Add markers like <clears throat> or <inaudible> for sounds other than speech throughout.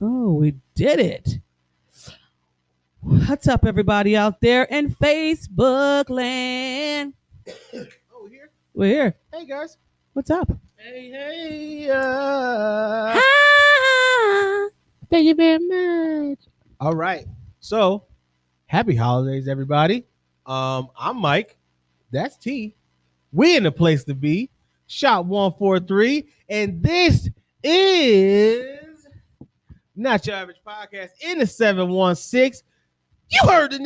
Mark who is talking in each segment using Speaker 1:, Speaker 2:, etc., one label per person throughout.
Speaker 1: Oh, we did it. What's up, everybody out there in Facebook land?
Speaker 2: Oh, here.
Speaker 1: We're here.
Speaker 2: Hey, guys.
Speaker 1: What's up?
Speaker 2: Hey, hey. Uh...
Speaker 1: Thank you very much.
Speaker 2: All right. So, happy holidays, everybody. Um, I'm Mike. That's T. We in the place to be. Shot one four three, and this is not your average podcast in the seven one six. You heard the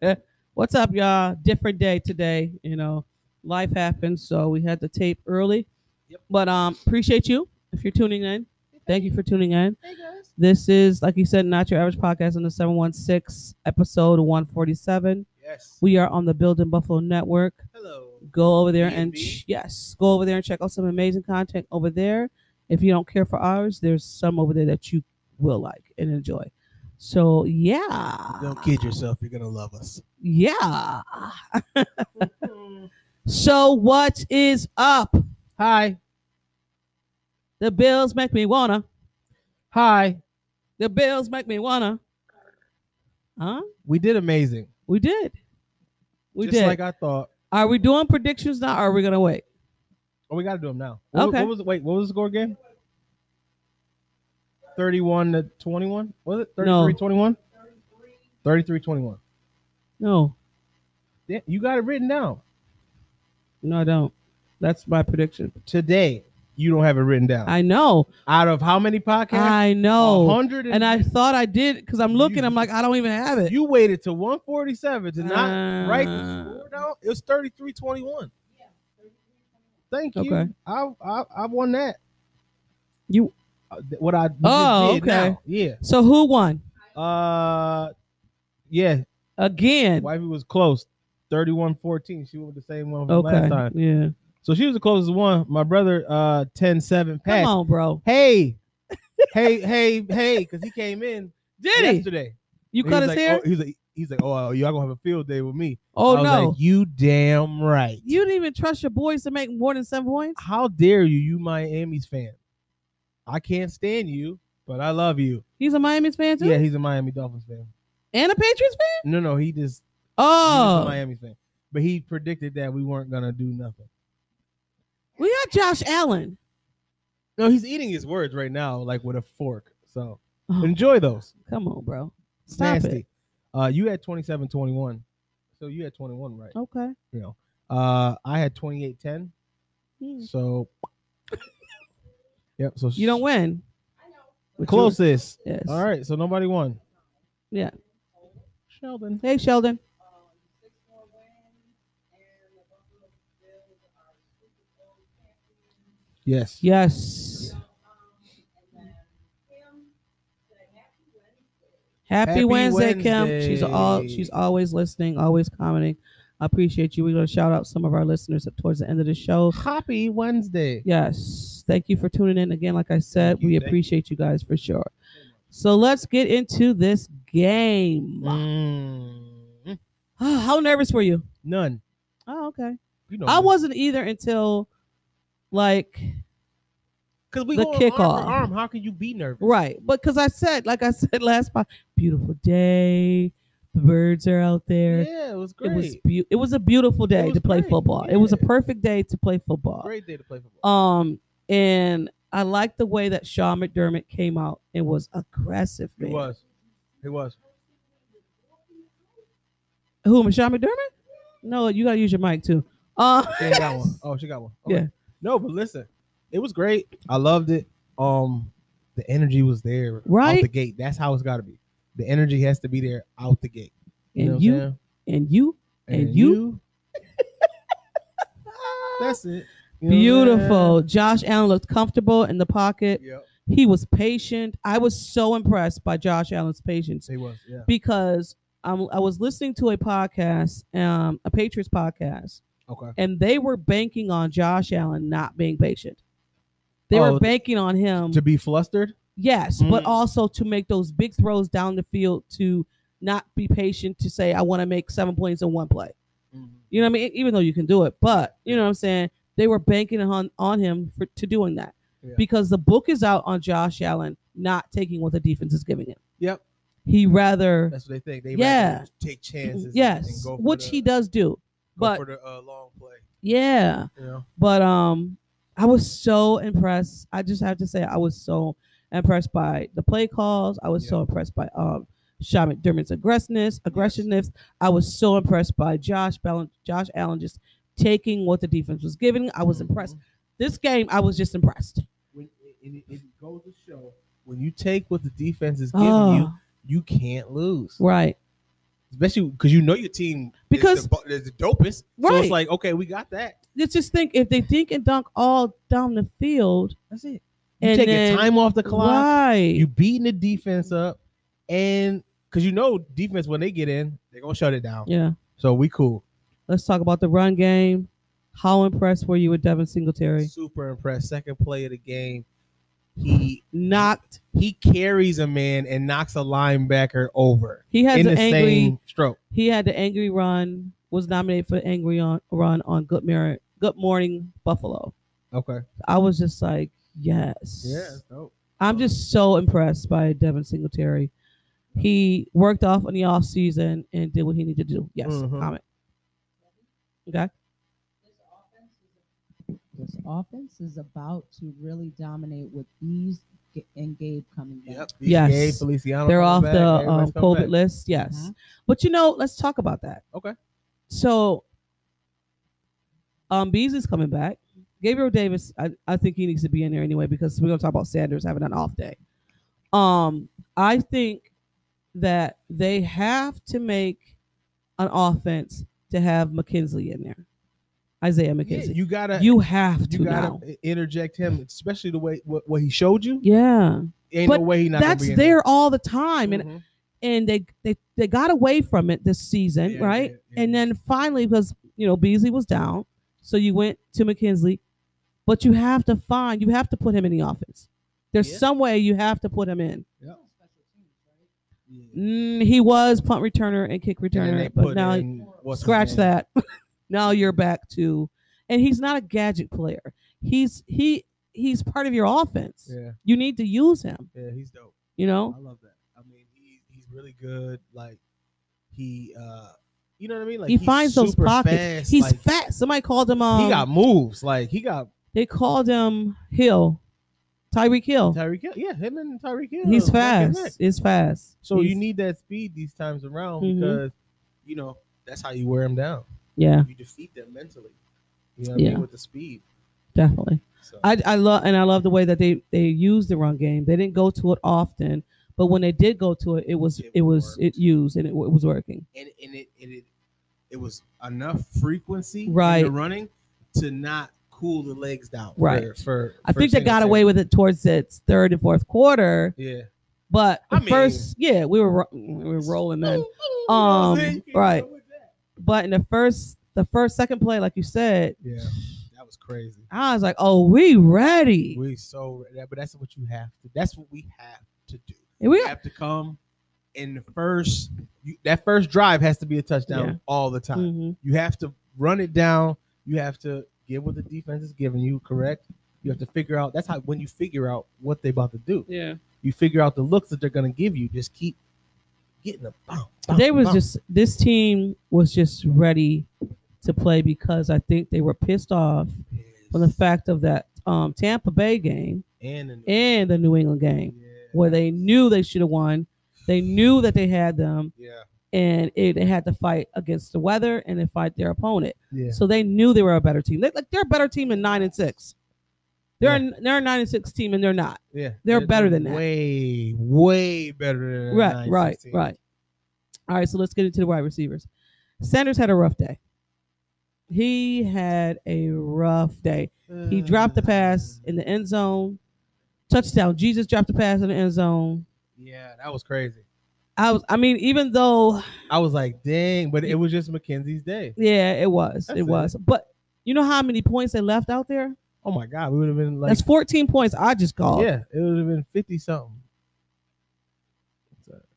Speaker 2: name.
Speaker 1: <laughs> What's up, y'all? Different day today. You know, life happens, so we had to tape early.
Speaker 2: Yep.
Speaker 1: But um, appreciate you if you're tuning in. Thank you for tuning in.
Speaker 2: Hey guys.
Speaker 1: This is, like you said, not your average podcast on the 716 episode 147.
Speaker 2: Yes.
Speaker 1: We are on the Building Buffalo Network.
Speaker 2: Hello.
Speaker 1: go over there and
Speaker 2: B&B.
Speaker 1: ch- yes, go over there and check out some amazing content over there. If you don't care for ours, there's some over there that you will like and enjoy. So yeah,
Speaker 2: Don't kid yourself. You're gonna love us.
Speaker 1: yeah. So what is up?
Speaker 2: Hi.
Speaker 1: The bills make me wanna.
Speaker 2: Hi.
Speaker 1: The bills make me wanna. Huh?
Speaker 2: We did amazing.
Speaker 1: We did. We
Speaker 2: Just
Speaker 1: did.
Speaker 2: like I thought.
Speaker 1: are we doing predictions now? Or are we gonna wait?
Speaker 2: Oh, we got to do them now. What,
Speaker 1: Okay.
Speaker 2: What was wait? What was the score again? Thirty-one to twenty-one. Was it
Speaker 1: No.
Speaker 2: 33-21? 33-21.
Speaker 1: No,
Speaker 2: Yeah, you got it written down.
Speaker 1: no, I don't. That's my prediction.
Speaker 2: Today, you don't have it written down.
Speaker 1: I know.
Speaker 2: Out of how many podcasts?
Speaker 1: I know.
Speaker 2: hundred
Speaker 1: and I thought I did because I'm looking.
Speaker 2: You-
Speaker 1: I'm like, I don't even have it.
Speaker 2: You waited to one forty-seven to not write the
Speaker 1: Uh,
Speaker 2: score down. It was 33-21. Thank you.
Speaker 1: Okay.
Speaker 2: I, I I won that.
Speaker 1: You-
Speaker 2: Uh, th- what I just
Speaker 1: Oh,
Speaker 2: did
Speaker 1: okay.
Speaker 2: now. yeah
Speaker 1: So who won
Speaker 2: uh yeah
Speaker 1: again?
Speaker 2: Wifey was close. 31-14. She went with the same one from
Speaker 1: Okay.
Speaker 2: last time.
Speaker 1: Yeah.
Speaker 2: So she was the closest one. My brother uh 10-7
Speaker 1: Come
Speaker 2: passed.
Speaker 1: on, bro.
Speaker 2: Hey. hey, hey, hey, because he came in
Speaker 1: Did he?
Speaker 2: yesterday.
Speaker 1: You
Speaker 2: And
Speaker 1: cut
Speaker 2: he was like,
Speaker 1: his hair?
Speaker 2: Oh, he's like, he's like, oh, y'all gonna have a field day with me.
Speaker 1: Oh,
Speaker 2: I was
Speaker 1: no.
Speaker 2: like, you damn right.
Speaker 1: you didn't even trust your boys to make more than seven points.
Speaker 2: How dare you, you Miami's fan? I can't stand you, but I love you.
Speaker 1: He's a Miami's fan too,
Speaker 2: Yeah, he's a Miami Dolphins fan.
Speaker 1: and a Patriots fan.
Speaker 2: No, no, he just He's a
Speaker 1: Oh,
Speaker 2: Miami fan. But he predicted that we weren't gonna do nothing.
Speaker 1: we got Josh Allen.
Speaker 2: No, he's eating his words right now, like with a fork. So
Speaker 1: <gasps> Oh,
Speaker 2: enjoy those.
Speaker 1: come on, bro.
Speaker 2: It's
Speaker 1: Stop
Speaker 2: nasty.
Speaker 1: it.
Speaker 2: Uh you had 27 21. So you had 21, right?
Speaker 1: Okay.
Speaker 2: You know. Uh I had 28 10.
Speaker 1: Hmm. <laughs>
Speaker 2: So Yep. So
Speaker 1: You don't win. But you-
Speaker 2: closest.
Speaker 1: Yes.
Speaker 2: All right, so nobody won.
Speaker 1: Yeah.
Speaker 2: Sheldon.
Speaker 1: Hey, Sheldon.
Speaker 2: Yes.
Speaker 1: Yes. Happy,
Speaker 2: Happy
Speaker 1: Wednesday, Kim. She's all
Speaker 2: Wednesday.
Speaker 1: she's always listening, always commenting. I appreciate you. We're gonna shout out some of our listeners up towards the end of the show.
Speaker 2: Happy Wednesday.
Speaker 1: Yes. Thank you for tuning in again. Like I said,
Speaker 2: Thank you,
Speaker 1: we
Speaker 2: thank you.
Speaker 1: appreciate you guys for sure. So let's get into this game. <sighs>
Speaker 2: Mm,
Speaker 1: How nervous were you?
Speaker 2: None.
Speaker 1: Oh, okay.
Speaker 2: You know
Speaker 1: I
Speaker 2: me.
Speaker 1: wasn't either until like
Speaker 2: Because we
Speaker 1: The
Speaker 2: go arm for
Speaker 1: kickoff.
Speaker 2: arm. How can you be nervous?
Speaker 1: Right. But because I said, like I <laughs> said last pod, beautiful day. The birds are out there.
Speaker 2: Yeah, it was
Speaker 1: it
Speaker 2: great.
Speaker 1: was be- it was a beautiful day
Speaker 2: was
Speaker 1: to play
Speaker 2: great.
Speaker 1: football. It was a
Speaker 2: Yeah.
Speaker 1: perfect day to play football.
Speaker 2: great day to play football.
Speaker 1: Um, and I liked the way that Sean McDermott came out and was aggressive.
Speaker 2: it
Speaker 1: man.
Speaker 2: was. It was.
Speaker 1: Who? Sean McDermott? No, you gotta use your mic too. Uh,
Speaker 2: She ain't got one. Oh, she got one. Okay.
Speaker 1: Yeah.
Speaker 2: No, but listen, it was great. I loved it. Um, the energy was there
Speaker 1: Right?
Speaker 2: out the gate. That's how it's got to be. The energy has to be there out the gate. You know
Speaker 1: and
Speaker 2: what I'm
Speaker 1: you <laughs>
Speaker 2: saying?
Speaker 1: and you and you.
Speaker 2: That's it. You know what I'm
Speaker 1: Beautiful. Josh Allen looked comfortable in the pocket.
Speaker 2: saying? Yep.
Speaker 1: He was patient. I was so impressed by Josh Allen's patience.
Speaker 2: Say was. Yeah.
Speaker 1: because um, I was listening to a podcast, um, a Patriots podcast,
Speaker 2: Okay.
Speaker 1: and they were banking on Josh Allen not being patient. They
Speaker 2: Oh,
Speaker 1: were banking on him,
Speaker 2: To be flustered.
Speaker 1: yes, but
Speaker 2: Mm.
Speaker 1: also to make those big throws down the field to not be patient to say, I want to make seven points in one play. You know what I mean? Even though you can do it, but you know what I'm saying? They were banking on, on him for to doing that
Speaker 2: Yeah.
Speaker 1: because the book is out on Josh Allen not taking what the defense is giving him.
Speaker 2: Yep.
Speaker 1: He rather
Speaker 2: That's what they think. They
Speaker 1: Yeah.
Speaker 2: rather take chances. and- and
Speaker 1: yes,
Speaker 2: go for
Speaker 1: which
Speaker 2: the-
Speaker 1: he does do.
Speaker 2: go
Speaker 1: but-
Speaker 2: for the uh, long play.
Speaker 1: Yeah,
Speaker 2: You know.
Speaker 1: but um, I was so impressed. I just have to say, I was so impressed by the play calls. I was so
Speaker 2: Yeah.
Speaker 1: impressed by um, Sean McDermott's aggressiveness. Aggressiveness. I was so impressed by Josh Allen. Josh Allen just taking what the defense was giving. I was impressed.
Speaker 2: Mm-hmm.
Speaker 1: This game, I was just impressed.
Speaker 2: When it, it, it goes to show when you take what the defense is giving you,
Speaker 1: Oh,
Speaker 2: you can't lose.
Speaker 1: right.
Speaker 2: Especially because you know your team
Speaker 1: Because-
Speaker 2: is the, bu- is the dopest. So
Speaker 1: Right.
Speaker 2: it's like, okay, we got that.
Speaker 1: Let's just think if they think and dunk all down the field,
Speaker 2: That's it. You
Speaker 1: and
Speaker 2: take
Speaker 1: then,
Speaker 2: your time off the clock.
Speaker 1: right?
Speaker 2: You beating the defense up, and because you know defense when they get in, they're gonna shut it down.
Speaker 1: yeah.
Speaker 2: So we cool.
Speaker 1: Let's talk about the run game. How impressed were you with Devin Singletary?
Speaker 2: Super impressed. Second play of the game, he
Speaker 1: Knocked.
Speaker 2: he carries a man and knocks a linebacker over
Speaker 1: He had
Speaker 2: in
Speaker 1: the
Speaker 2: the
Speaker 1: angry.
Speaker 2: same stroke.
Speaker 1: He had the angry run. Was nominated for angry on, run on Good Mirror, Good Morning Buffalo.
Speaker 2: Okay.
Speaker 1: I was just like, yes.
Speaker 2: Yeah. Dope.
Speaker 1: I'm just so impressed by Devin Singletary. He worked off in the off season and did what he needed to do. Yes.
Speaker 2: Mhm.
Speaker 1: Comment. Okay.
Speaker 3: this offense is this offense is about to really dominate with ease G- and Gabe coming back.
Speaker 2: Yep.
Speaker 1: Yes.
Speaker 2: Gabe Feliciano.
Speaker 1: They're
Speaker 2: coming
Speaker 1: off
Speaker 2: back.
Speaker 1: the um,
Speaker 2: Everybody's coming
Speaker 1: COVID
Speaker 2: back. Mm-hmm.
Speaker 1: list. Yes.
Speaker 3: Mhm.
Speaker 1: But you know, let's talk about that.
Speaker 2: Okay.
Speaker 1: So, um, Beasley's coming back. Gabriel Davis, I, I think he needs to be in there anyway because we're gonna talk about Sanders having an off day. Um, I think that they have to make an offense to have McKenzie in there, Isaiah
Speaker 2: Yeah,
Speaker 1: McKenzie.
Speaker 2: you gotta.
Speaker 1: you, have to
Speaker 2: you
Speaker 1: now.
Speaker 2: gotta interject him, especially the way what, what he showed you.
Speaker 1: yeah,
Speaker 2: Ain't
Speaker 1: But
Speaker 2: no way he not. gonna
Speaker 1: that's
Speaker 2: be in
Speaker 1: there all the time, and
Speaker 2: Mhm.
Speaker 1: and they they they got away from it this season,
Speaker 2: Yeah,
Speaker 1: right?
Speaker 2: yeah, yeah.
Speaker 1: And then finally, because you know Beasley was down, so you went to McKinsley, but you have to find you have to put him in the offense. There's
Speaker 2: Yeah.
Speaker 1: some way you have to put him in.
Speaker 3: Special teams, right?
Speaker 2: Yeah.
Speaker 1: Mm, he was punt returner and kick
Speaker 2: And then they
Speaker 1: returner, but
Speaker 2: put
Speaker 1: now
Speaker 2: in what's his
Speaker 1: scratch
Speaker 2: name.
Speaker 1: that. <laughs> now you're back to, and he's not a gadget player. He's he he's part of your offense.
Speaker 2: Yeah,
Speaker 1: You need to use him.
Speaker 2: yeah, he's dope.
Speaker 1: You know,
Speaker 2: I love that. I mean, he, he's really good. Like he, uh you know what I mean? Like
Speaker 1: he
Speaker 2: he's
Speaker 1: finds those
Speaker 2: super
Speaker 1: pockets.
Speaker 2: fast,
Speaker 1: he's
Speaker 2: like,
Speaker 1: fat. Somebody called him. Um,
Speaker 2: he got moves. Like he got
Speaker 1: they called him Hill, Tyreek Hill.
Speaker 2: Tyreek Hill. Yeah, him and Tyreek Hill.
Speaker 1: He's
Speaker 2: neck and neck.
Speaker 1: fast. It's fast.
Speaker 2: So you
Speaker 1: He's-
Speaker 2: need that speed these times around
Speaker 1: Mhm.
Speaker 2: because you know that's how you wear them down.
Speaker 1: yeah,
Speaker 2: You defeat them mentally. You know what I
Speaker 1: Yeah.
Speaker 2: mean with the speed.
Speaker 1: definitely.
Speaker 2: So
Speaker 1: I I love and I love the way that they they used the run game. They didn't go to it often, but when they did go to it, it was
Speaker 2: It
Speaker 1: it, was
Speaker 2: worked.
Speaker 1: it used and it, w- it was working.
Speaker 2: and, and it, and it it was enough frequency in
Speaker 1: Right.
Speaker 2: the running to not cool the legs down.
Speaker 1: Right.
Speaker 2: For, for
Speaker 1: I think they got away with it towards its third and fourth quarter,
Speaker 2: Yeah.
Speaker 1: but
Speaker 2: I
Speaker 1: the first yeah we were ro- we were
Speaker 2: <laughs>
Speaker 1: rolling then. Um, right. But in the first the first second play, like you said,
Speaker 2: Yeah, that was crazy.
Speaker 1: I was like, oh, we ready.
Speaker 2: We so that, but that's what you have to. That's what we have to do.
Speaker 1: And we
Speaker 2: We have to come in the first. You, that first drive has to be a touchdown
Speaker 1: Yeah.
Speaker 2: all the time.
Speaker 1: Mhm.
Speaker 2: You have to run it down. You have to give what the defense is giving you. Correct. You have to figure out. That's how when you figure out what they about to do.
Speaker 1: yeah.
Speaker 2: You figure out the looks that they're gonna give you. Just keep getting the bomb.
Speaker 1: they was just this team was just ready to play because I think they were pissed off from the fact of that um, Tampa Bay game
Speaker 2: and in the-
Speaker 1: and the New England game
Speaker 2: yeah,
Speaker 1: where they knew they should have won. They knew that they had them,
Speaker 2: yeah
Speaker 1: and it, they had to fight against the weather and then fight their opponent.
Speaker 2: yeah
Speaker 1: So they knew they were a better team. They, like they're a better team than nine and six. They're a, they're a nine and six team, and they're not.
Speaker 2: Yeah,
Speaker 1: They're better than that.
Speaker 2: Way, way better than
Speaker 1: right,
Speaker 2: 9,
Speaker 1: right,
Speaker 2: 16.
Speaker 1: right. All right, so let's get into the wide receivers. Sanders had a rough day. He had a rough day.
Speaker 2: Uh,
Speaker 1: He dropped the pass in the end zone. Touchdown. Jesus dropped the pass in the end zone.
Speaker 2: Yeah, that was crazy.
Speaker 1: I was I mean, even though
Speaker 2: I was like, dang, but it was just Mackenzie's day.
Speaker 1: yeah, it was.
Speaker 2: That's
Speaker 1: it was. But you know how many points they left out there?
Speaker 2: Oh my God, we would have been like,
Speaker 1: That's 14 points I just called.
Speaker 2: yeah, it would have been fifty something.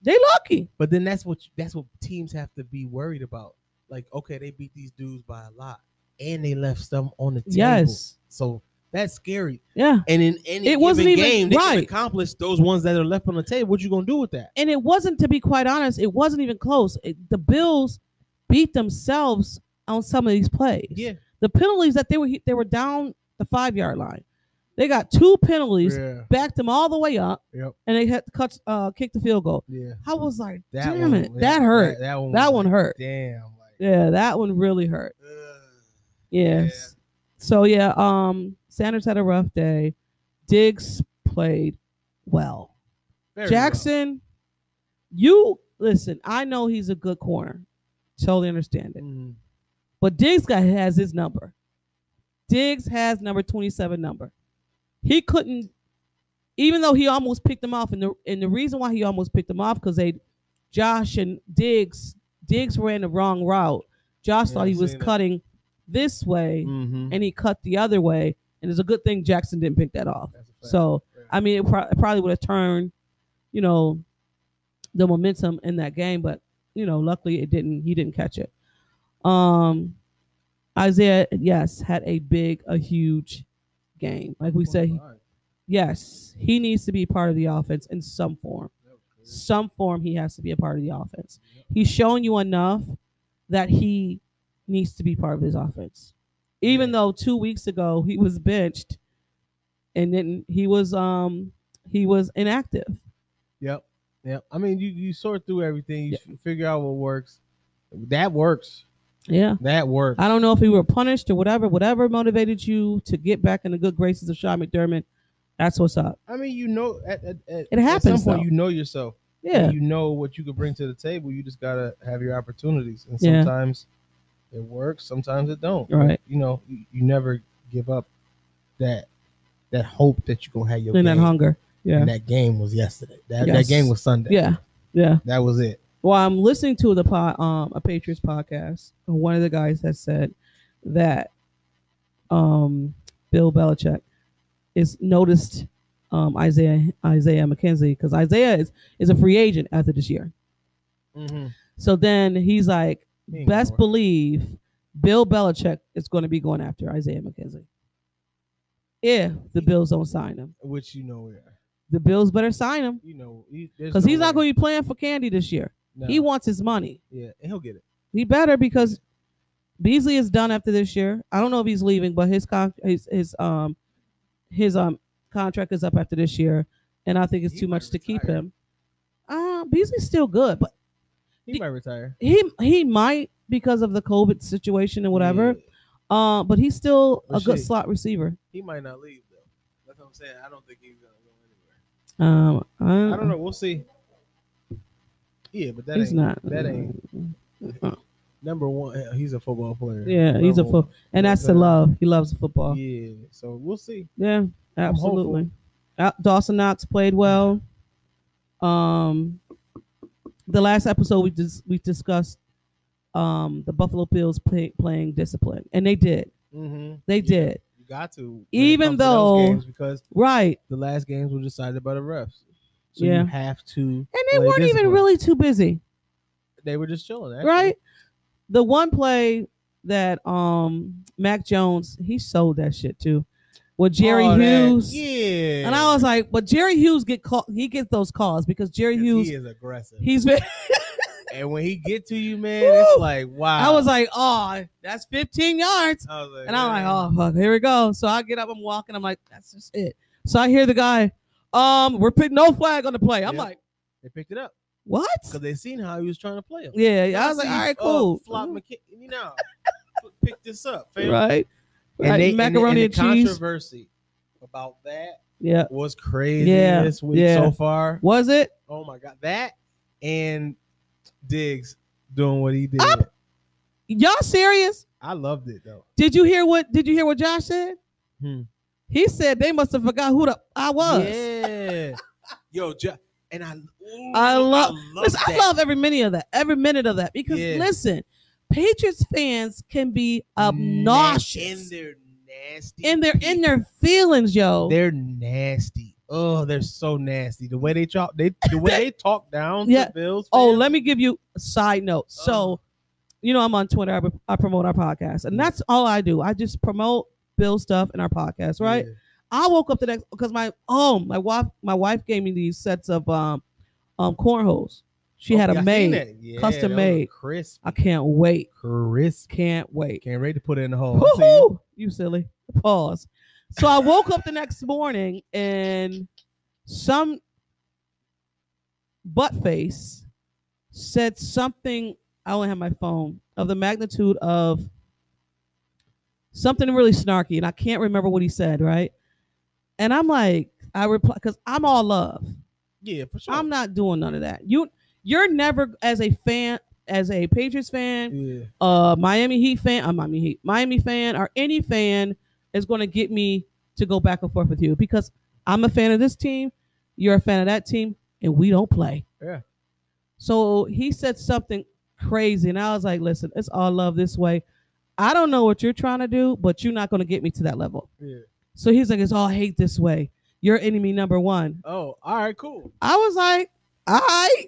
Speaker 1: They lucky.
Speaker 2: But then that's what that's what teams have to be worried about. Like, okay, they beat these dudes by a lot, and they left some on the table.
Speaker 1: Yes.
Speaker 2: So that's scary.
Speaker 1: Yeah.
Speaker 2: And in any
Speaker 1: It wasn't
Speaker 2: given
Speaker 1: even-
Speaker 2: game, they
Speaker 1: right.
Speaker 2: can accomplish those ones that are left on the table. What you gonna do with that?
Speaker 1: and it wasn't to be quite honest it wasn't even close It- the bills beat themselves on some of these plays
Speaker 2: Yeah.
Speaker 1: the penalties that they were they were down the five yard line they got two penalties
Speaker 2: Yeah.
Speaker 1: backed them all the way up
Speaker 2: Yep.
Speaker 1: and they had to cut uh kick the field goal
Speaker 2: Yeah.
Speaker 1: i was like
Speaker 2: That
Speaker 1: damn
Speaker 2: one,
Speaker 1: it that hurt
Speaker 2: That, one. was
Speaker 1: That one
Speaker 2: like,
Speaker 1: hurt.
Speaker 2: Damn. Like,
Speaker 1: yeah that one really hurt
Speaker 2: ugh.
Speaker 1: yes so yeah um sanders had a rough day diggs played well
Speaker 2: Very
Speaker 1: Jackson, you listen. I know he's a good corner, totally understand
Speaker 2: well.
Speaker 1: it.
Speaker 2: Mm.
Speaker 1: But Diggs got has his number. Diggs has number twenty seven number. He couldn't, even though he almost picked him off, and the and the reason why he almost picked him off because they, Josh and Diggs, Diggs ran the wrong route. Josh
Speaker 2: Yeah,
Speaker 1: thought he
Speaker 2: I
Speaker 1: was
Speaker 2: seen that.
Speaker 1: cutting this way,
Speaker 2: Mhm.
Speaker 1: and he cut the other way. And it's a good thing Jackson didn't pick that off.
Speaker 2: That's a fact.
Speaker 1: So
Speaker 2: Yeah.
Speaker 1: I mean, it, pro- it probably would have turned, you know, the momentum in that game, but you know, luckily it didn't. He didn't catch it. Um, Isaiah, yes, had a big, a huge game. Like we said, he-
Speaker 2: Alright.
Speaker 1: yes, he needs to be part of the offense in some form.
Speaker 2: That was
Speaker 1: Some form, he has to be a part of the offense.
Speaker 2: Yep.
Speaker 1: He's shown you enough that he needs to be part of his offense. Even
Speaker 2: Yeah.
Speaker 1: though two weeks ago he was benched, and then he was um he was inactive.
Speaker 2: Yep. Yep. I mean, you you sort through everything. You f- figure out what works. That works.
Speaker 1: Yeah.
Speaker 2: That works.
Speaker 1: I don't know if we were punished or whatever. Whatever motivated you to get back in the good graces of Sean McDermott, that's what's up.
Speaker 2: I mean, you know, at, at, at,
Speaker 1: It
Speaker 2: At
Speaker 1: happens,
Speaker 2: some point,
Speaker 1: though.
Speaker 2: you know yourself.
Speaker 1: Yeah.
Speaker 2: You know what you could bring to the table. You just gotta have your opportunities, and
Speaker 1: Yeah.
Speaker 2: sometimes it works, sometimes it don't.
Speaker 1: Right.
Speaker 2: You know, you, you never give up that that hope that you gonna have your
Speaker 1: And
Speaker 2: game.
Speaker 1: that hunger. Yeah.
Speaker 2: And that game was yesterday. That that
Speaker 1: Yes.
Speaker 2: game was Sunday.
Speaker 1: Yeah. Yeah.
Speaker 2: That was it.
Speaker 1: Well, I'm listening to the pod, um, a Patriots podcast, and one of the guys has said that um, Bill Belichick is noticed um, Isaiah Isaiah McKenzie because Isaiah is, is a free agent after this year. So then he's like,
Speaker 2: He ain't
Speaker 1: best
Speaker 2: gonna work.
Speaker 1: believe Bill Belichick is going to be going after Isaiah McKenzie if the Bills don't sign him.
Speaker 2: Which you know, yeah.
Speaker 1: The Bills better sign him
Speaker 2: you know,
Speaker 1: because he's not going to be playing for candy this year. He wants his money.
Speaker 2: yeah, and he'll get it.
Speaker 1: He better because Beasley is done after this year. I don't know if he's leaving, but his con- his his um his um contract is up after this year, and I think it's
Speaker 2: He
Speaker 1: too
Speaker 2: might
Speaker 1: much to keep
Speaker 2: retire.
Speaker 1: him. Uh, Beasley's still good, but
Speaker 2: He
Speaker 1: He-
Speaker 2: might retire.
Speaker 1: he he might because of the COVID situation and whatever.
Speaker 2: Mm.
Speaker 1: Uh, but he's still
Speaker 2: But
Speaker 1: a good
Speaker 2: shit.
Speaker 1: slot receiver.
Speaker 2: He might not leave though. That's what I'm saying. I don't think he's gonna go anywhere.
Speaker 1: Um,
Speaker 2: I don't know. We'll see. Yeah, but that
Speaker 1: He's
Speaker 2: ain't
Speaker 1: not. Uh-uh.
Speaker 2: that ain't- number one. He's a football player.
Speaker 1: Yeah, he's
Speaker 2: Number
Speaker 1: a football, and that's the
Speaker 2: Yeah.
Speaker 1: love. He loves football.
Speaker 2: one.
Speaker 1: Yeah,
Speaker 2: Yeah. So we'll see.
Speaker 1: absolutely. Uh, Dawson Knox played well. Um, the last episode we dis- we discussed um the Buffalo Bills play- playing discipline, and they did.
Speaker 2: Mm-hmm.
Speaker 1: They
Speaker 2: Yeah.
Speaker 1: did.
Speaker 2: You got to. when it
Speaker 1: Even
Speaker 2: comes to those
Speaker 1: though-
Speaker 2: games because
Speaker 1: Right.
Speaker 2: the last games were decided by the refs. So
Speaker 1: Yeah.
Speaker 2: you have to.
Speaker 1: And they
Speaker 2: play
Speaker 1: weren't even
Speaker 2: discipline.
Speaker 1: really too busy.
Speaker 2: They were just chilling, actually.
Speaker 1: right? The one play that um Mac Jones, he sold that shit too. With Jerry
Speaker 2: All Oh, that.
Speaker 1: Hughes.
Speaker 2: Yeah.
Speaker 1: And I was like, but Jerry Hughes get call he gets those calls because Jerry Hughes
Speaker 2: He is aggressive.
Speaker 1: he's been <laughs>
Speaker 2: and when he get to you, man, it's
Speaker 1: Woo!
Speaker 2: like wow.
Speaker 1: I was like, oh, that's 15 yards.
Speaker 2: I was like
Speaker 1: And I'm like,
Speaker 2: man.
Speaker 1: oh fuck, here we go. So I get up, I'm walking, I'm like, that's just it. So I hear the guy, um, we're putting no flag on the play. I'm
Speaker 2: Yeah.
Speaker 1: like,
Speaker 2: They picked it up
Speaker 1: what?
Speaker 2: because they seen how he was trying to play him.
Speaker 1: Yeah, I was like,
Speaker 2: see,
Speaker 1: all right,
Speaker 2: uh,
Speaker 1: cool. Mm-hmm.
Speaker 2: Flop McKin- you know, pick this up, fam.
Speaker 1: right.
Speaker 2: And
Speaker 1: Like
Speaker 2: they,
Speaker 1: macaroni and,
Speaker 2: the
Speaker 1: cheese.
Speaker 2: Controversy about that
Speaker 1: Yeah.
Speaker 2: was crazy
Speaker 1: Yeah,
Speaker 2: this week
Speaker 1: yeah.
Speaker 2: so far.
Speaker 1: Was it?
Speaker 2: Oh my god, that and Diggs doing what he did.
Speaker 1: I'm- Y'all serious?
Speaker 2: I loved it though.
Speaker 1: Did you hear what? Did you hear what Josh said?
Speaker 2: Hmm.
Speaker 1: He said they must have forgot who the I was.
Speaker 2: Yeah. Yo, Jo- and I. ooh,
Speaker 1: I love- Listen, I
Speaker 2: that.
Speaker 1: love every minute of that. Every minute of that because
Speaker 2: Yeah.
Speaker 1: listen, Patriots fans can be
Speaker 2: And
Speaker 1: obnoxious
Speaker 2: they're nasty.
Speaker 1: and they're in
Speaker 2: people.
Speaker 1: their feelings, yo.
Speaker 2: They're nasty. Oh, they're so nasty. The way they talk, they the way they talk down
Speaker 1: Yeah.
Speaker 2: to Bills.
Speaker 1: Oh,
Speaker 2: fans.
Speaker 1: let me give you a side note.
Speaker 2: Oh.
Speaker 1: So, you know, I'm on Twitter. I, I promote our podcast, and that's all I do. I just promote Bill stuff and our podcast, right?
Speaker 2: Yeah.
Speaker 1: I woke up the next because my oh my wife my wife gave me these sets of um um cornholes. She
Speaker 2: Oh,
Speaker 1: had
Speaker 2: yeah,
Speaker 1: a
Speaker 2: I seen
Speaker 1: maid.
Speaker 2: that. Yeah,
Speaker 1: custom
Speaker 2: those are
Speaker 1: made.
Speaker 2: Crisp,
Speaker 1: I can't wait.
Speaker 2: crisp.
Speaker 1: Can't wait.
Speaker 2: Can't wait to put it in the hole. I see you.
Speaker 1: Woohoo! You silly. Pause. So I woke up the next morning and some butt face said something. I only have my phone of the magnitude of something really snarky, and I can't remember what he said, right? And I'm like, I reply because I'm all love.
Speaker 2: Yeah, for sure.
Speaker 1: I'm not doing none of that. You you're never as a fan, as a Patriots fan,
Speaker 2: Yeah.
Speaker 1: a Miami Heat fan, a Miami Heat, Miami fan, or any fan is going to get me to go back and forth with you because I'm a fan of this team, you're a fan of that team, and we don't play.
Speaker 2: Yeah.
Speaker 1: So he said something crazy, and I was like, "Listen, it's all love this way. I don't know what you're trying to do, but you're not going to get me to that level."
Speaker 2: Yeah.
Speaker 1: So he's like, "It's all hate this way. You're enemy number one."
Speaker 2: Oh, all right, cool.
Speaker 1: I was like, all right.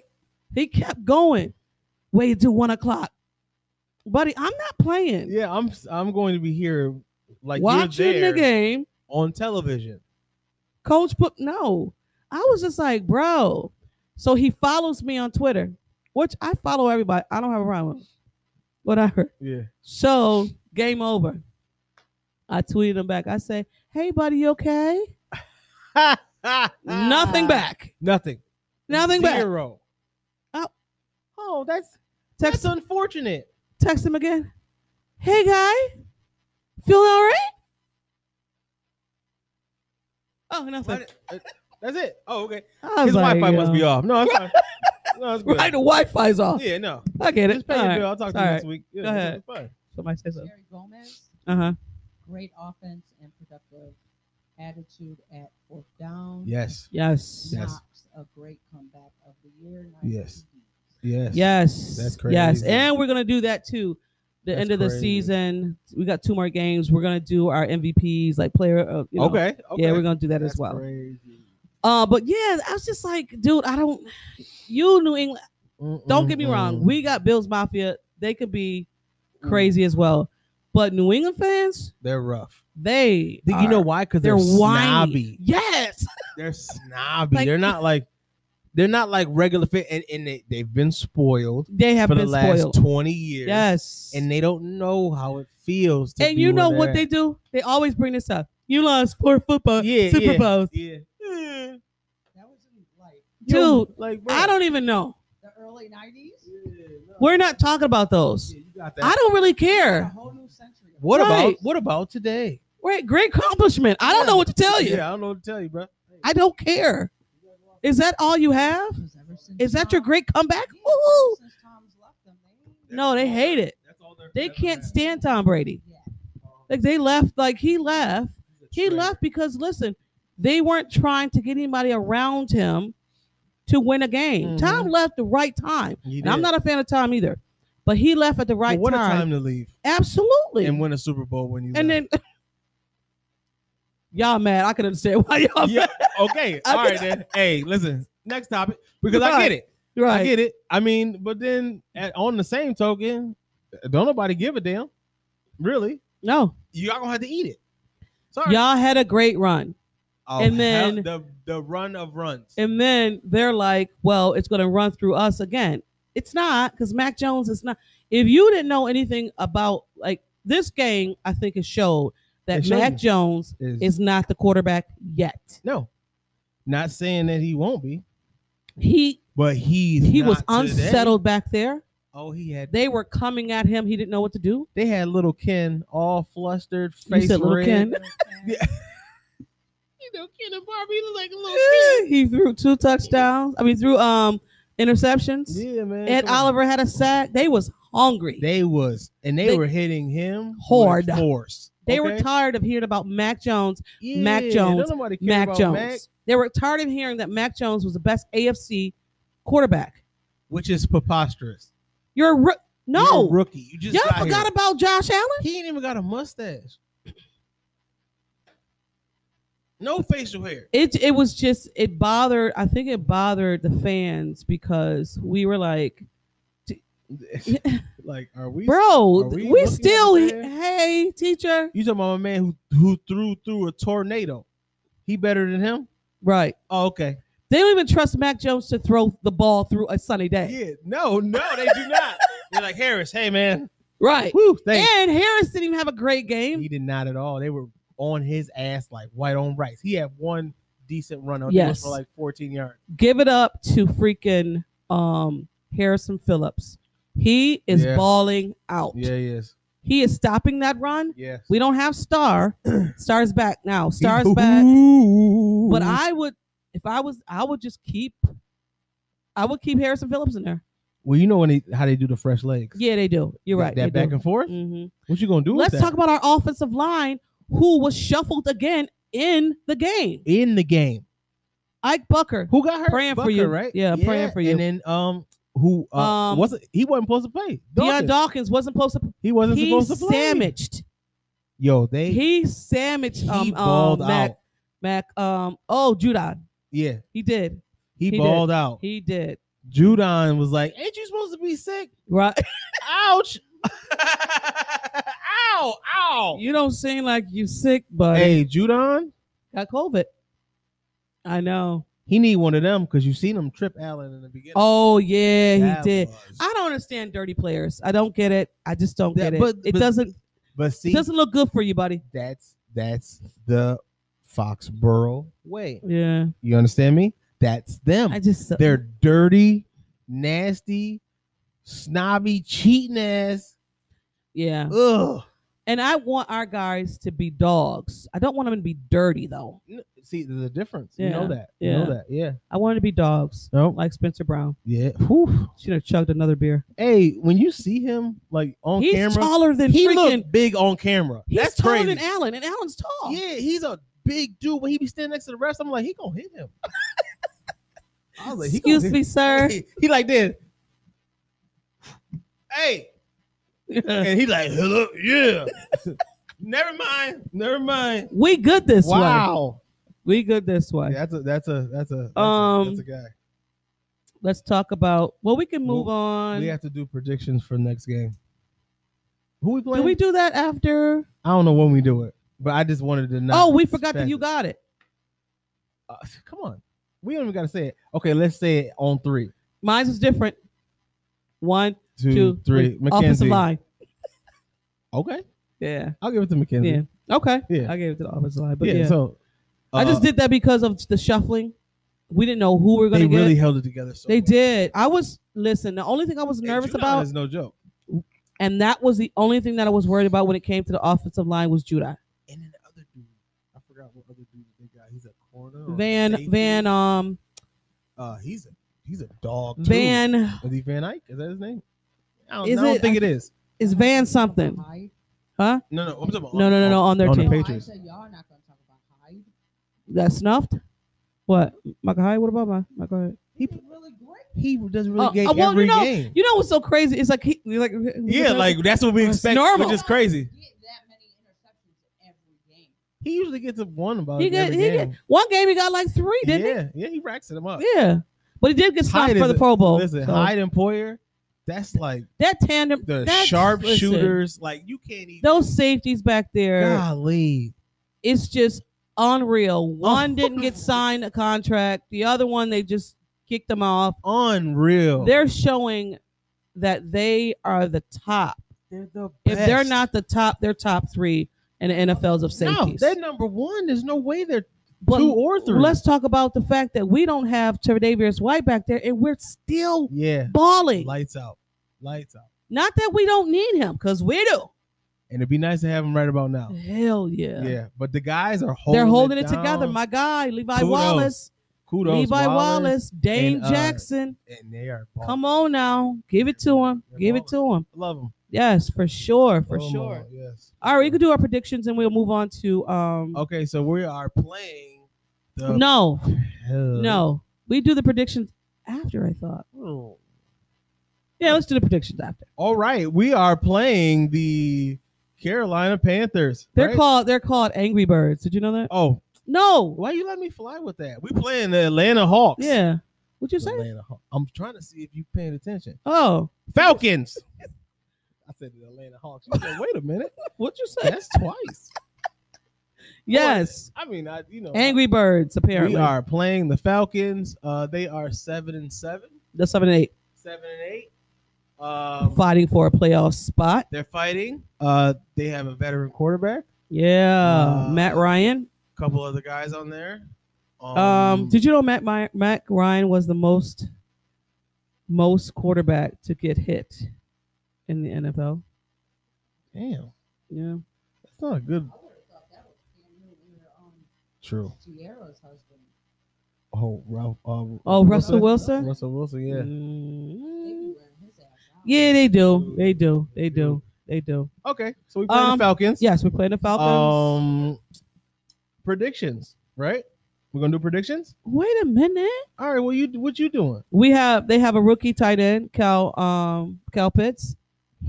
Speaker 1: He kept going. Waited till one o'clock. Buddy, I'm not playing.
Speaker 2: Yeah, I'm I'm going to be here like
Speaker 1: Watch
Speaker 2: you're
Speaker 1: Watching
Speaker 2: there
Speaker 1: the game.
Speaker 2: on television.
Speaker 1: Coach put no. I was just like, bro. So he follows me on Twitter, which I follow everybody. I don't have a problem. Whatever.
Speaker 2: Yeah. <laughs>
Speaker 1: So game over. I tweeted him back. I say, hey buddy, you okay? Nothing back.
Speaker 2: Nothing.
Speaker 1: Nothing back.
Speaker 2: Ah. Zero.
Speaker 1: Oh.
Speaker 2: Oh, that's
Speaker 1: Text
Speaker 2: that's unfortunate.
Speaker 1: text him again. Hey guy, feeling all right? Oh, nothing.
Speaker 2: What- uh, That's it. Oh, okay.
Speaker 1: I
Speaker 2: His
Speaker 1: was like,
Speaker 2: Wi-Fi must
Speaker 1: yo.
Speaker 2: be off. No, it's fine. no,
Speaker 1: <laughs>
Speaker 2: it's good.
Speaker 1: Right, the Wi-Fi's off.
Speaker 2: Yeah, no.
Speaker 1: I get it.
Speaker 2: Just pay
Speaker 1: All
Speaker 2: your
Speaker 1: right.
Speaker 2: bill. I'll talk to you
Speaker 1: All
Speaker 2: next
Speaker 1: right.
Speaker 2: week. Yeah,
Speaker 1: Go ahead.
Speaker 2: it's fine.
Speaker 1: Somebody say something.
Speaker 3: Jerry Gomez,
Speaker 1: Uh huh.
Speaker 3: great offense and productive attitude at fourth down.
Speaker 2: Yes.
Speaker 1: Yes.
Speaker 2: Yes.
Speaker 3: Knox, a great comeback of the year.
Speaker 2: Yes. Yes.
Speaker 1: Yes.
Speaker 2: That's
Speaker 1: Yes,
Speaker 2: crazy.
Speaker 1: and we're gonna do that too. The
Speaker 2: That's
Speaker 1: end of the
Speaker 2: crazy.
Speaker 1: season, we got two more games. We're gonna do our MVPs, like player of. You know.
Speaker 2: Okay. okay.
Speaker 1: Yeah, we're gonna do that
Speaker 2: That's
Speaker 1: as well.
Speaker 2: crazy.
Speaker 1: Uh, but yeah, I was just like, dude, I don't. You New England. Don't get me wrong.
Speaker 2: Mm-mm-mm.
Speaker 1: We got Bills Mafia. They could be crazy as well. But New England fans,
Speaker 2: they're rough.
Speaker 1: they
Speaker 2: Th- You know
Speaker 1: are-
Speaker 2: why? Because
Speaker 1: they're,
Speaker 2: they're,
Speaker 1: whiny.
Speaker 2: snobby.
Speaker 1: Yes.
Speaker 2: They're snobby.
Speaker 1: Like-
Speaker 2: they're not like they're not like regular fit and, and they, they've been spoiled
Speaker 1: They have
Speaker 2: for the
Speaker 1: been
Speaker 2: last
Speaker 1: spoiled.
Speaker 2: 20 years.
Speaker 1: yes.
Speaker 2: And they don't know how it feels. To
Speaker 1: and
Speaker 2: be
Speaker 1: you know
Speaker 2: where
Speaker 1: what
Speaker 2: they're
Speaker 1: they do? They always bring this up. You lost four football
Speaker 2: Yeah,
Speaker 1: Super
Speaker 2: yeah.
Speaker 1: Bowls.
Speaker 2: at. yeah. yeah.
Speaker 3: That was in like
Speaker 2: Yo,
Speaker 1: Dude,
Speaker 2: like bro.
Speaker 1: I don't even know.
Speaker 3: the early 90s.
Speaker 2: Yeah, no.
Speaker 1: We're not talking about those.
Speaker 2: Yeah, you got
Speaker 1: I
Speaker 2: that.
Speaker 1: don't really
Speaker 3: A
Speaker 1: care.
Speaker 3: whole new century. of-
Speaker 2: What about
Speaker 1: Right.
Speaker 2: what about today?
Speaker 1: Right, great accomplishment. I don't know what to tell you.
Speaker 2: Yeah, I don't know what to tell you, bro.
Speaker 1: I don't care. Is that all you have?
Speaker 3: Because ever since
Speaker 1: Is that your
Speaker 3: Tom-
Speaker 1: great comeback?
Speaker 3: Yeah,
Speaker 1: Woo!
Speaker 3: ever since Tom's left them, they-
Speaker 1: No, they hate it.
Speaker 2: That's all they're-
Speaker 1: They
Speaker 2: that's
Speaker 1: can't
Speaker 2: all
Speaker 1: stand Tom Brady.
Speaker 3: Yeah.
Speaker 1: Like they left, like he left.
Speaker 2: they're-
Speaker 1: He left because listen, they weren't trying to get anybody around him to win a game.
Speaker 2: Mhm.
Speaker 1: Tom left the right time.
Speaker 2: He
Speaker 1: And I'm
Speaker 2: did.
Speaker 1: not a fan of Tom either. But he left at the right
Speaker 2: But what
Speaker 1: time.
Speaker 2: a time to leave
Speaker 1: Absolutely.
Speaker 2: and
Speaker 1: And,
Speaker 2: win a Super Bowl when you left. <laughs>
Speaker 1: then y'all mad. I can understand why y'all
Speaker 2: yeah. Okay.
Speaker 1: oh. <laughs> I
Speaker 2: All right
Speaker 1: get-
Speaker 2: then. Hey, listen. Next topic because I
Speaker 1: Right.
Speaker 2: get it.
Speaker 1: mad. Right.
Speaker 2: I get it. I mean, but then at, on the same token, don't nobody give a damn. Really,
Speaker 1: No.
Speaker 2: y'all gonna have to eat it. Sorry.
Speaker 1: Y'all had a great run.
Speaker 2: Oh,
Speaker 1: and
Speaker 2: hell,
Speaker 1: then-
Speaker 2: the the run of runs.
Speaker 1: And then they're like, well, it's going to run through us again. It's not because Mac Jones is not. If you didn't know anything about like this game, I think it showed that
Speaker 2: It showed
Speaker 1: Mac
Speaker 2: you.
Speaker 1: Jones
Speaker 2: Is-
Speaker 1: is not the quarterback yet.
Speaker 2: no, not saying that he won't be,
Speaker 1: He
Speaker 2: but he's
Speaker 1: he was
Speaker 2: not today.
Speaker 1: unsettled back there.
Speaker 2: Oh, he had.
Speaker 1: They were coming at him. He didn't know what to do.
Speaker 2: They had little Ken all flustered,
Speaker 1: You
Speaker 2: face
Speaker 1: said little
Speaker 2: red.
Speaker 1: Ken. <laughs>
Speaker 2: You know, Ken and Barbie look like a little
Speaker 1: he threw two touchdowns. I mean, threw um interceptions.
Speaker 2: Yeah, man.
Speaker 1: Ed
Speaker 2: come on.
Speaker 1: Oliver had a sack. They was hungry. They,
Speaker 2: They was and they,
Speaker 1: They-
Speaker 2: were hitting him with
Speaker 1: Hard.
Speaker 2: force.
Speaker 1: were
Speaker 2: Okay?
Speaker 1: tired of hearing about Mac Jones.
Speaker 2: Yeah,
Speaker 1: Mac
Speaker 2: don't
Speaker 1: Jones,
Speaker 2: nobody care
Speaker 1: Mac
Speaker 2: about
Speaker 1: Jones.
Speaker 2: Mac,
Speaker 1: They were tired of hearing that Mac Jones was the best AFC quarterback.
Speaker 2: which is preposterous.
Speaker 1: You're a roo- no.
Speaker 2: You're a rookie. You just
Speaker 1: Y'all
Speaker 2: got
Speaker 1: forgot
Speaker 2: here.
Speaker 1: about Josh Allen.
Speaker 2: He ain't even got a mustache. <coughs> No facial
Speaker 1: <laughs>
Speaker 2: hair.
Speaker 1: It it was just it bothered. I think it bothered the fans because we were like,
Speaker 2: like, are we?
Speaker 1: bro,
Speaker 2: Are we
Speaker 1: we,
Speaker 2: looking at
Speaker 1: still
Speaker 2: the
Speaker 1: he-
Speaker 2: man?
Speaker 1: hey teacher,
Speaker 2: You talking about a man who who threw through a tornado? He better than him?
Speaker 1: right?
Speaker 2: Oh, okay.
Speaker 1: They don't even trust Mac Jones to throw the ball through a sunny day,
Speaker 2: Yeah. No, no, they do
Speaker 1: <laughs>
Speaker 2: not. They're like Harris. Hey, man.
Speaker 1: right?
Speaker 2: Woo. Thanks.
Speaker 1: And Harris didn't even have a great game.
Speaker 2: He did not at all. They were on his ass like white on rice. He had one decent run on
Speaker 1: Yes.
Speaker 2: for like 14 yards.
Speaker 1: give it up to freaking um Harrison Phillips. He is
Speaker 2: Yeah.
Speaker 1: balling out.
Speaker 2: yes.
Speaker 1: He is stopping that run.
Speaker 2: Yes.
Speaker 1: We don't
Speaker 2: <clears throat>
Speaker 1: have Star. Star's back now. Star's
Speaker 2: He-
Speaker 1: back.
Speaker 2: Ooh.
Speaker 1: But I would if I was I would just keep I would keep Harrison Phillips in there.
Speaker 2: Well, you know when they, how they do the fresh legs.
Speaker 1: Yeah, they do. You're right.
Speaker 2: That, that back and forth.
Speaker 1: hmm
Speaker 2: What you gonna do?
Speaker 1: Let's
Speaker 2: with that?
Speaker 1: talk about our offensive line who was shuffled again in the game.
Speaker 2: in the game.
Speaker 1: Ike Bucker.
Speaker 2: Who got hurt?
Speaker 1: Praying for
Speaker 2: Bucker,
Speaker 1: you.
Speaker 2: right?
Speaker 1: Yeah, praying for you.
Speaker 2: And then um, who uh,
Speaker 1: Um,
Speaker 2: wasn't he wasn't supposed to play?
Speaker 1: Deion
Speaker 2: Dawkins.
Speaker 1: Dawkins wasn't supposed to
Speaker 2: he wasn't
Speaker 1: he
Speaker 2: supposed to play.
Speaker 1: sandwiched.
Speaker 2: Yo, they
Speaker 1: He sandwiched
Speaker 2: he
Speaker 1: um, um
Speaker 2: balled
Speaker 1: Mac
Speaker 2: out.
Speaker 1: Mac. Um, oh, Judon.
Speaker 2: Yeah,
Speaker 1: He did.
Speaker 2: he,
Speaker 1: did.
Speaker 2: balled out.
Speaker 1: He did.
Speaker 2: Judon was like, "Ain't you supposed to be sick?
Speaker 1: Right. <laughs>
Speaker 2: Ouch! ow! Ow!"
Speaker 1: You don't seem like you sick, but
Speaker 2: Hey, Judon,
Speaker 1: got COVID. I know.
Speaker 2: he need one of them because you seen him trip Allen in the beginning.
Speaker 1: Oh yeah,
Speaker 2: That
Speaker 1: he did.
Speaker 2: was-
Speaker 1: I don't understand dirty players. I don't get it. I just don't
Speaker 2: That-
Speaker 1: get it.
Speaker 2: but-
Speaker 1: it
Speaker 2: but
Speaker 1: doesn't
Speaker 2: but see,
Speaker 1: doesn't look good for you, buddy.
Speaker 2: that's that's the Foxborough way.
Speaker 1: Yeah.
Speaker 2: You understand me? That's them.
Speaker 1: I just
Speaker 2: They're dirty, nasty, snobby, cheating ass.
Speaker 1: yeah.
Speaker 2: Ugh.
Speaker 1: And I want our guys to be dogs. I don't want them to be dirty though.
Speaker 2: N- See, there's a difference. You know
Speaker 1: Yeah,
Speaker 2: that. You
Speaker 1: yeah.
Speaker 2: know that. Yeah.
Speaker 1: I want them to be dogs.
Speaker 2: No.
Speaker 1: Like Spencer Brown.
Speaker 2: yeah. Whew.
Speaker 1: Should have chugged another beer.
Speaker 2: Hey, when you see him like on
Speaker 1: he's
Speaker 2: camera,
Speaker 1: taller than
Speaker 2: he
Speaker 1: freaking
Speaker 2: look big on camera.
Speaker 1: He's
Speaker 2: That's
Speaker 1: taller
Speaker 2: crazy.
Speaker 1: than Allen, and Allen's tall.
Speaker 2: yeah, he's a big dude. When he be standing next to the rest, I'm like, he gonna hit
Speaker 1: <laughs>
Speaker 2: him. I was like, he gonna
Speaker 1: Excuse
Speaker 2: hit
Speaker 1: me,
Speaker 2: <laughs>
Speaker 1: sir. <laughs>
Speaker 2: He, he like this. Hey, and he like, hello, yeah. <laughs> never mind, never mind.
Speaker 1: we good this way.
Speaker 2: wow,
Speaker 1: We good this way.
Speaker 2: that's a that's a that's a that's,
Speaker 1: Um,
Speaker 2: a, that's a guy.
Speaker 1: Let's talk about. Well, we can move
Speaker 2: Well,
Speaker 1: on.
Speaker 2: We have to do predictions for next game. Who we
Speaker 1: Did
Speaker 2: playing?
Speaker 1: we do that after?
Speaker 2: I don't know when we do it, but I just wanted to know.
Speaker 1: oh, we forgot that you got it.
Speaker 2: Uh, <laughs> come on, we don't even gotta say it. Okay, let's say it on three,
Speaker 1: Mine is different. One,
Speaker 2: two, three.
Speaker 1: two, three. Offensive
Speaker 2: Mackenzie.
Speaker 1: line.
Speaker 2: Okay,
Speaker 1: Yeah.
Speaker 2: I'll give it to Mackenzie.
Speaker 1: Yeah. Okay.
Speaker 2: Yeah.
Speaker 1: I gave it to the offensive line, but yeah.
Speaker 2: yeah, So
Speaker 1: I just
Speaker 2: uh,
Speaker 1: did that because of the shuffling. We didn't know who we were
Speaker 2: They
Speaker 1: going to get.
Speaker 2: really held it together. So
Speaker 1: they
Speaker 2: well.
Speaker 1: did. I was listen. The only thing I was
Speaker 2: Hey,
Speaker 1: nervous
Speaker 2: Judon
Speaker 1: about,
Speaker 2: is no joke.
Speaker 1: and that was the only thing that I was worried about when it came to the offensive line, was Judah.
Speaker 2: And then the other dude, I forgot what other dude they got. He's a corner. or
Speaker 1: Van
Speaker 2: safety.
Speaker 1: Van um
Speaker 2: Uh, he's a he's a dog. Too.
Speaker 1: Van
Speaker 2: Is he Van Ike? Is that his name? I don't,
Speaker 1: Is
Speaker 2: I don't
Speaker 1: it-
Speaker 2: think it is.
Speaker 1: is Van something?
Speaker 3: Hyde.
Speaker 1: Huh?
Speaker 2: No, no. I'm talking about
Speaker 1: No, no, no, no. On their
Speaker 2: Oh, on the
Speaker 1: team,
Speaker 2: page.
Speaker 3: No, I
Speaker 2: Patriots.
Speaker 3: said y'all not gonna talk about Hyde.
Speaker 1: that snuffed. What? Michael Hyde? What about my Michael Hyde?
Speaker 2: He
Speaker 3: He's really great.
Speaker 2: he does really
Speaker 1: Uh,
Speaker 2: gay
Speaker 1: uh, well,
Speaker 2: every
Speaker 1: you know-
Speaker 2: game.
Speaker 1: You know what's so crazy? It's like he like
Speaker 2: yeah, like that's what we
Speaker 1: It's
Speaker 2: expect,
Speaker 1: normal.
Speaker 2: which is crazy.
Speaker 3: Get that many interceptions every game.
Speaker 2: He usually gets up one about
Speaker 1: he got
Speaker 2: every
Speaker 1: he
Speaker 2: game.
Speaker 1: got, one game he got like three, didn't
Speaker 2: yeah, yeah, he racks them up.
Speaker 1: he? Yeah, but he did get
Speaker 2: Hyde
Speaker 1: snuffed for
Speaker 2: is
Speaker 1: the
Speaker 2: a-
Speaker 1: Pro Bowl.
Speaker 2: Listen,
Speaker 1: so
Speaker 2: Hyde and Poyer, that's like
Speaker 1: that tandem,
Speaker 2: the
Speaker 1: that's- listen,
Speaker 2: sharpshooters. Like you can't even.
Speaker 1: those safeties back there,
Speaker 2: golly,
Speaker 1: it's just
Speaker 2: Oh.
Speaker 1: unreal. One didn't get signed a contract, the other one they just kicked them off.
Speaker 2: unreal.
Speaker 1: they're showing that they are the top.
Speaker 2: They're the
Speaker 1: If they're
Speaker 2: best.
Speaker 1: not the top, they're top three in the NFLs of
Speaker 2: no,
Speaker 1: safeties.
Speaker 2: they're number one. There's no way they're
Speaker 1: but
Speaker 2: two or three.
Speaker 1: let's talk about the fact that we don't have Tredavious White back there, and we're still
Speaker 2: yeah,
Speaker 1: balling.
Speaker 2: lights out, lights out.
Speaker 1: Not that we don't need him, because we do.
Speaker 2: And it'd be nice to have him right about now.
Speaker 1: Hell yeah.
Speaker 2: Yeah, but the guys are holding.
Speaker 1: They're holding it,
Speaker 2: down.
Speaker 1: together. My guy, Levi
Speaker 2: Kudos.
Speaker 1: Wallace.
Speaker 2: Kudos,
Speaker 1: Levi Wallace,
Speaker 2: Wallace,
Speaker 1: Dame
Speaker 2: and, uh,
Speaker 1: Jackson.
Speaker 2: and they are. balling.
Speaker 1: Come on now, give it to him.
Speaker 2: They're Oh,
Speaker 1: Give it to him.
Speaker 2: love them
Speaker 1: Yes, for sure, for sure.
Speaker 2: Yes.
Speaker 1: All right, we can do our predictions and we'll move on to um.
Speaker 2: Okay, so we are playing. The
Speaker 1: No,
Speaker 2: Hell.
Speaker 1: no, we do the predictions after. I thought.
Speaker 2: Oh.
Speaker 1: Yeah, let's do the predictions after.
Speaker 2: All right, we are playing the Carolina Panthers.
Speaker 1: They're
Speaker 2: right?
Speaker 1: called they're called Angry Birds. Did you know that?
Speaker 2: Oh,
Speaker 1: No.
Speaker 2: why you let me fly with that? We playing the Atlanta Hawks.
Speaker 1: Yeah. What you say?
Speaker 2: Atlanta Haw- I'm trying to see if you paying attention.
Speaker 1: Oh,
Speaker 2: Falcons. <laughs> I said the Atlanta Hawks. You said, Wait a minute.
Speaker 1: what you say?
Speaker 2: That's twice.
Speaker 1: <laughs> Yes.
Speaker 2: I mean, I you know.
Speaker 1: Angry Birds. Apparently,
Speaker 2: We are playing the Falcons. Uh, they are seven and seven,
Speaker 1: the seven and eight
Speaker 2: seven and eight. Um,
Speaker 1: fighting for a playoff spot.
Speaker 2: They're fighting. Uh, they have a veteran quarterback.
Speaker 1: Yeah,
Speaker 2: Uh,
Speaker 1: Matt Ryan.
Speaker 2: couple other guys on there. Um,
Speaker 1: Um, did you know Matt My- Matt Ryan was the most most quarterback to get hit in the NFL?
Speaker 2: damn,
Speaker 1: Yeah.
Speaker 2: that's not a good.
Speaker 3: I would have thought that was Cam Newton or um,
Speaker 2: True.
Speaker 3: Giero's husband.
Speaker 2: Oh, Ralph. Uh,
Speaker 1: Oh, Russell Wilson.
Speaker 2: Russell Wilson. Yeah.
Speaker 3: They be
Speaker 1: Mm.
Speaker 3: wearing his ass out.
Speaker 1: Yeah, they do. They do. They do. They do.
Speaker 2: Okay, so we playing
Speaker 1: Um,
Speaker 2: the Falcons.
Speaker 1: Yes, we're playing the
Speaker 2: Um,
Speaker 1: Falcons.
Speaker 2: predictions. Right. We're gonna do predictions.
Speaker 1: Wait a minute.
Speaker 2: All right. Well, you what you doing?
Speaker 1: We have they have a rookie tight end, Cal um Cal Pitts.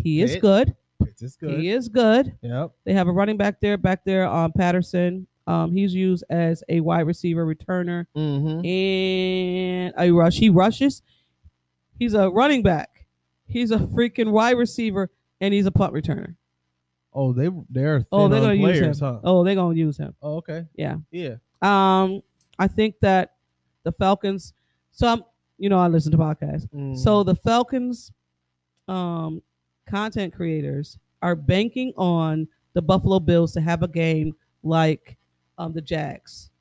Speaker 1: He is
Speaker 2: Pitt.
Speaker 1: good.
Speaker 2: Pitts is good.
Speaker 1: He is good.
Speaker 2: Yep.
Speaker 1: They have a running back there, back there, um Patterson. Um, he's used as a wide receiver returner
Speaker 2: Mm-hmm.
Speaker 1: and a rush. He rushes. He's a running back. He's a freaking wide receiver, and he's a punt returner.
Speaker 2: Oh, they they're thin
Speaker 1: Oh, they're
Speaker 2: on
Speaker 1: gonna
Speaker 2: players,
Speaker 1: use him.
Speaker 2: huh?
Speaker 1: Oh, they're gonna use him.
Speaker 2: Oh, okay.
Speaker 1: Yeah.
Speaker 2: Yeah.
Speaker 1: Um, I think that the Falcons. So I'm, you know, I listen to podcasts.
Speaker 2: Mm.
Speaker 1: So the Falcons um, content creators are banking on the Buffalo Bills to have a game like um, the Jags.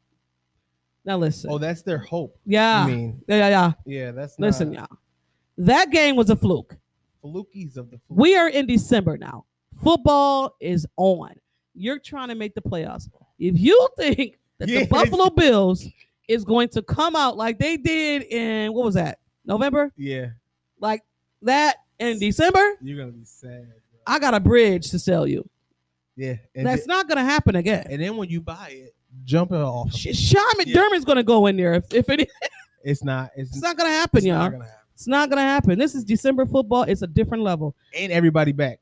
Speaker 1: Now listen.
Speaker 2: Oh, that's their hope.
Speaker 1: yeah.
Speaker 2: I mean,
Speaker 1: yeah, yeah, yeah.
Speaker 2: yeah, that's
Speaker 1: Ah. Listen,
Speaker 2: not
Speaker 1: y'all. That game was a fluke.
Speaker 2: flukies of the fluke.
Speaker 1: We are in December now. Football is on. You're trying to make the playoffs. If you <laughs> think that the
Speaker 2: Yes.
Speaker 1: Buffalo Bills is going to come out like they did in what was that? November?
Speaker 2: yeah,
Speaker 1: Like that in December?
Speaker 2: you're gonna be sad. Bro.
Speaker 1: I got a bridge to sell you.
Speaker 2: yeah, and
Speaker 1: That's
Speaker 2: then,
Speaker 1: not gonna happen again.
Speaker 2: and then when you buy it, jump it off.
Speaker 1: Sh- Sean
Speaker 2: Yeah.
Speaker 1: McDermott's gonna go in there if, if it,
Speaker 2: It's not. It's,
Speaker 1: it's not gonna happen,
Speaker 2: it's not
Speaker 1: y'all.
Speaker 2: gonna happen.
Speaker 1: It's not gonna happen. This is December football. It's a different level.
Speaker 2: And everybody back.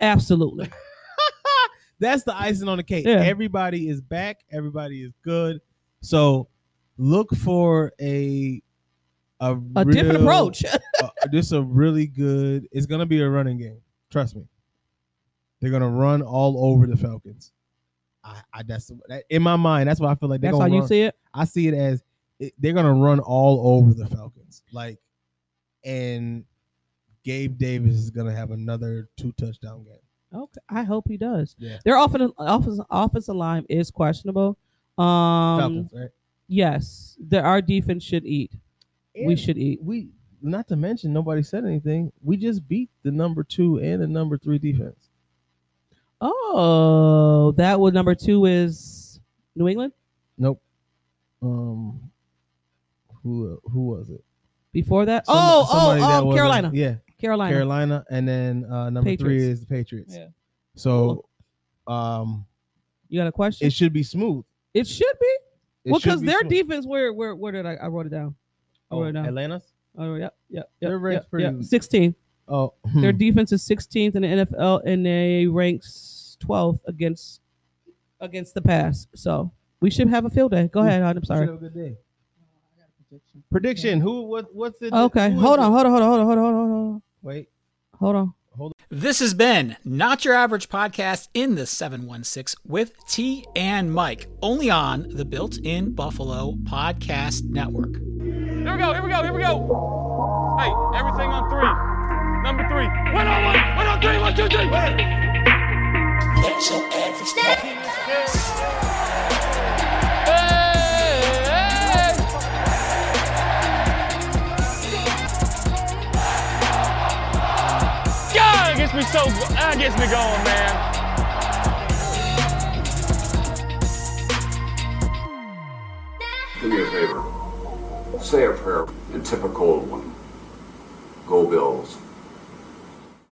Speaker 1: Absolutely.
Speaker 2: That's the icing on the cake.
Speaker 1: Yeah.
Speaker 2: Everybody is back. Everybody is good. So look for a a,
Speaker 1: A different
Speaker 2: real-
Speaker 1: approach.
Speaker 2: uh, this <laughs> a really good. It's gonna be a running game. Trust me. They're gonna run all over the Falcons. I, I that's that, in my mind. That's why I feel like they're
Speaker 1: <laughs> That's how
Speaker 2: gonna.
Speaker 1: you
Speaker 2: run-
Speaker 1: see it.
Speaker 2: I see it as it, they're gonna run all over the Falcons. Like, and Gabe Davis is gonna have another two touchdown game.
Speaker 1: Okay. I hope he does.
Speaker 2: Yeah.
Speaker 1: Their offensive offensive offensive line is questionable. Um
Speaker 2: Falcons, right?
Speaker 1: yes. The, our defense should eat. we
Speaker 2: And
Speaker 1: should eat.
Speaker 2: We not to mention nobody said anything. We just beat the number two and the number three defense.
Speaker 1: Oh, that would number two is New England
Speaker 2: Nope. Um, who who was it?
Speaker 1: before that.
Speaker 2: Some-
Speaker 1: oh,
Speaker 2: somebody that
Speaker 1: oh, oh,
Speaker 2: was-
Speaker 1: Carolina.
Speaker 2: Yeah,
Speaker 1: Carolina.
Speaker 2: Carolina, and then uh, number three
Speaker 1: Patriots.
Speaker 2: is the Patriots.
Speaker 1: Yeah.
Speaker 2: So, um,
Speaker 1: You got a question?
Speaker 2: it should be smooth.
Speaker 1: It should be.
Speaker 2: It
Speaker 1: well,
Speaker 2: should
Speaker 1: because
Speaker 2: be
Speaker 1: their
Speaker 2: smooth.
Speaker 1: defense, where where where did I I wrote it down? I
Speaker 2: Oh,
Speaker 1: wrote it down.
Speaker 2: Atlanta's.
Speaker 1: Oh, yep, yep, yep.
Speaker 2: They're ranked
Speaker 1: yep, yep.
Speaker 2: pretty-
Speaker 1: 16. <laughs>
Speaker 2: Oh,
Speaker 1: Their defense is 16th in the NFL, and they ranks 12th against against the pass. So we should have a field day. Go
Speaker 2: Yeah.
Speaker 1: ahead. hon, I'm sorry.
Speaker 2: Have a good day.
Speaker 3: Oh, I got a prediction.
Speaker 2: Prediction. Who? What? What's it?
Speaker 1: Okay.
Speaker 2: who is
Speaker 1: Hold
Speaker 2: it?
Speaker 1: on. Hold on. Hold on. Hold on. Hold on. Hold on.
Speaker 2: Wait.
Speaker 1: Hold on.
Speaker 4: This has been Not Your Average Podcast in the 716 with T and Mike, only on the Built in Buffalo Podcast Network.
Speaker 5: Here we go, here we go, here we go. Hey, everything on three. Number three. One on one, one on three, one, two, three. Hey, hey. God, it gets me so, that gets me going, man.
Speaker 6: Yeah. Do me a favor. Say a prayer, a typical one. Go Bills.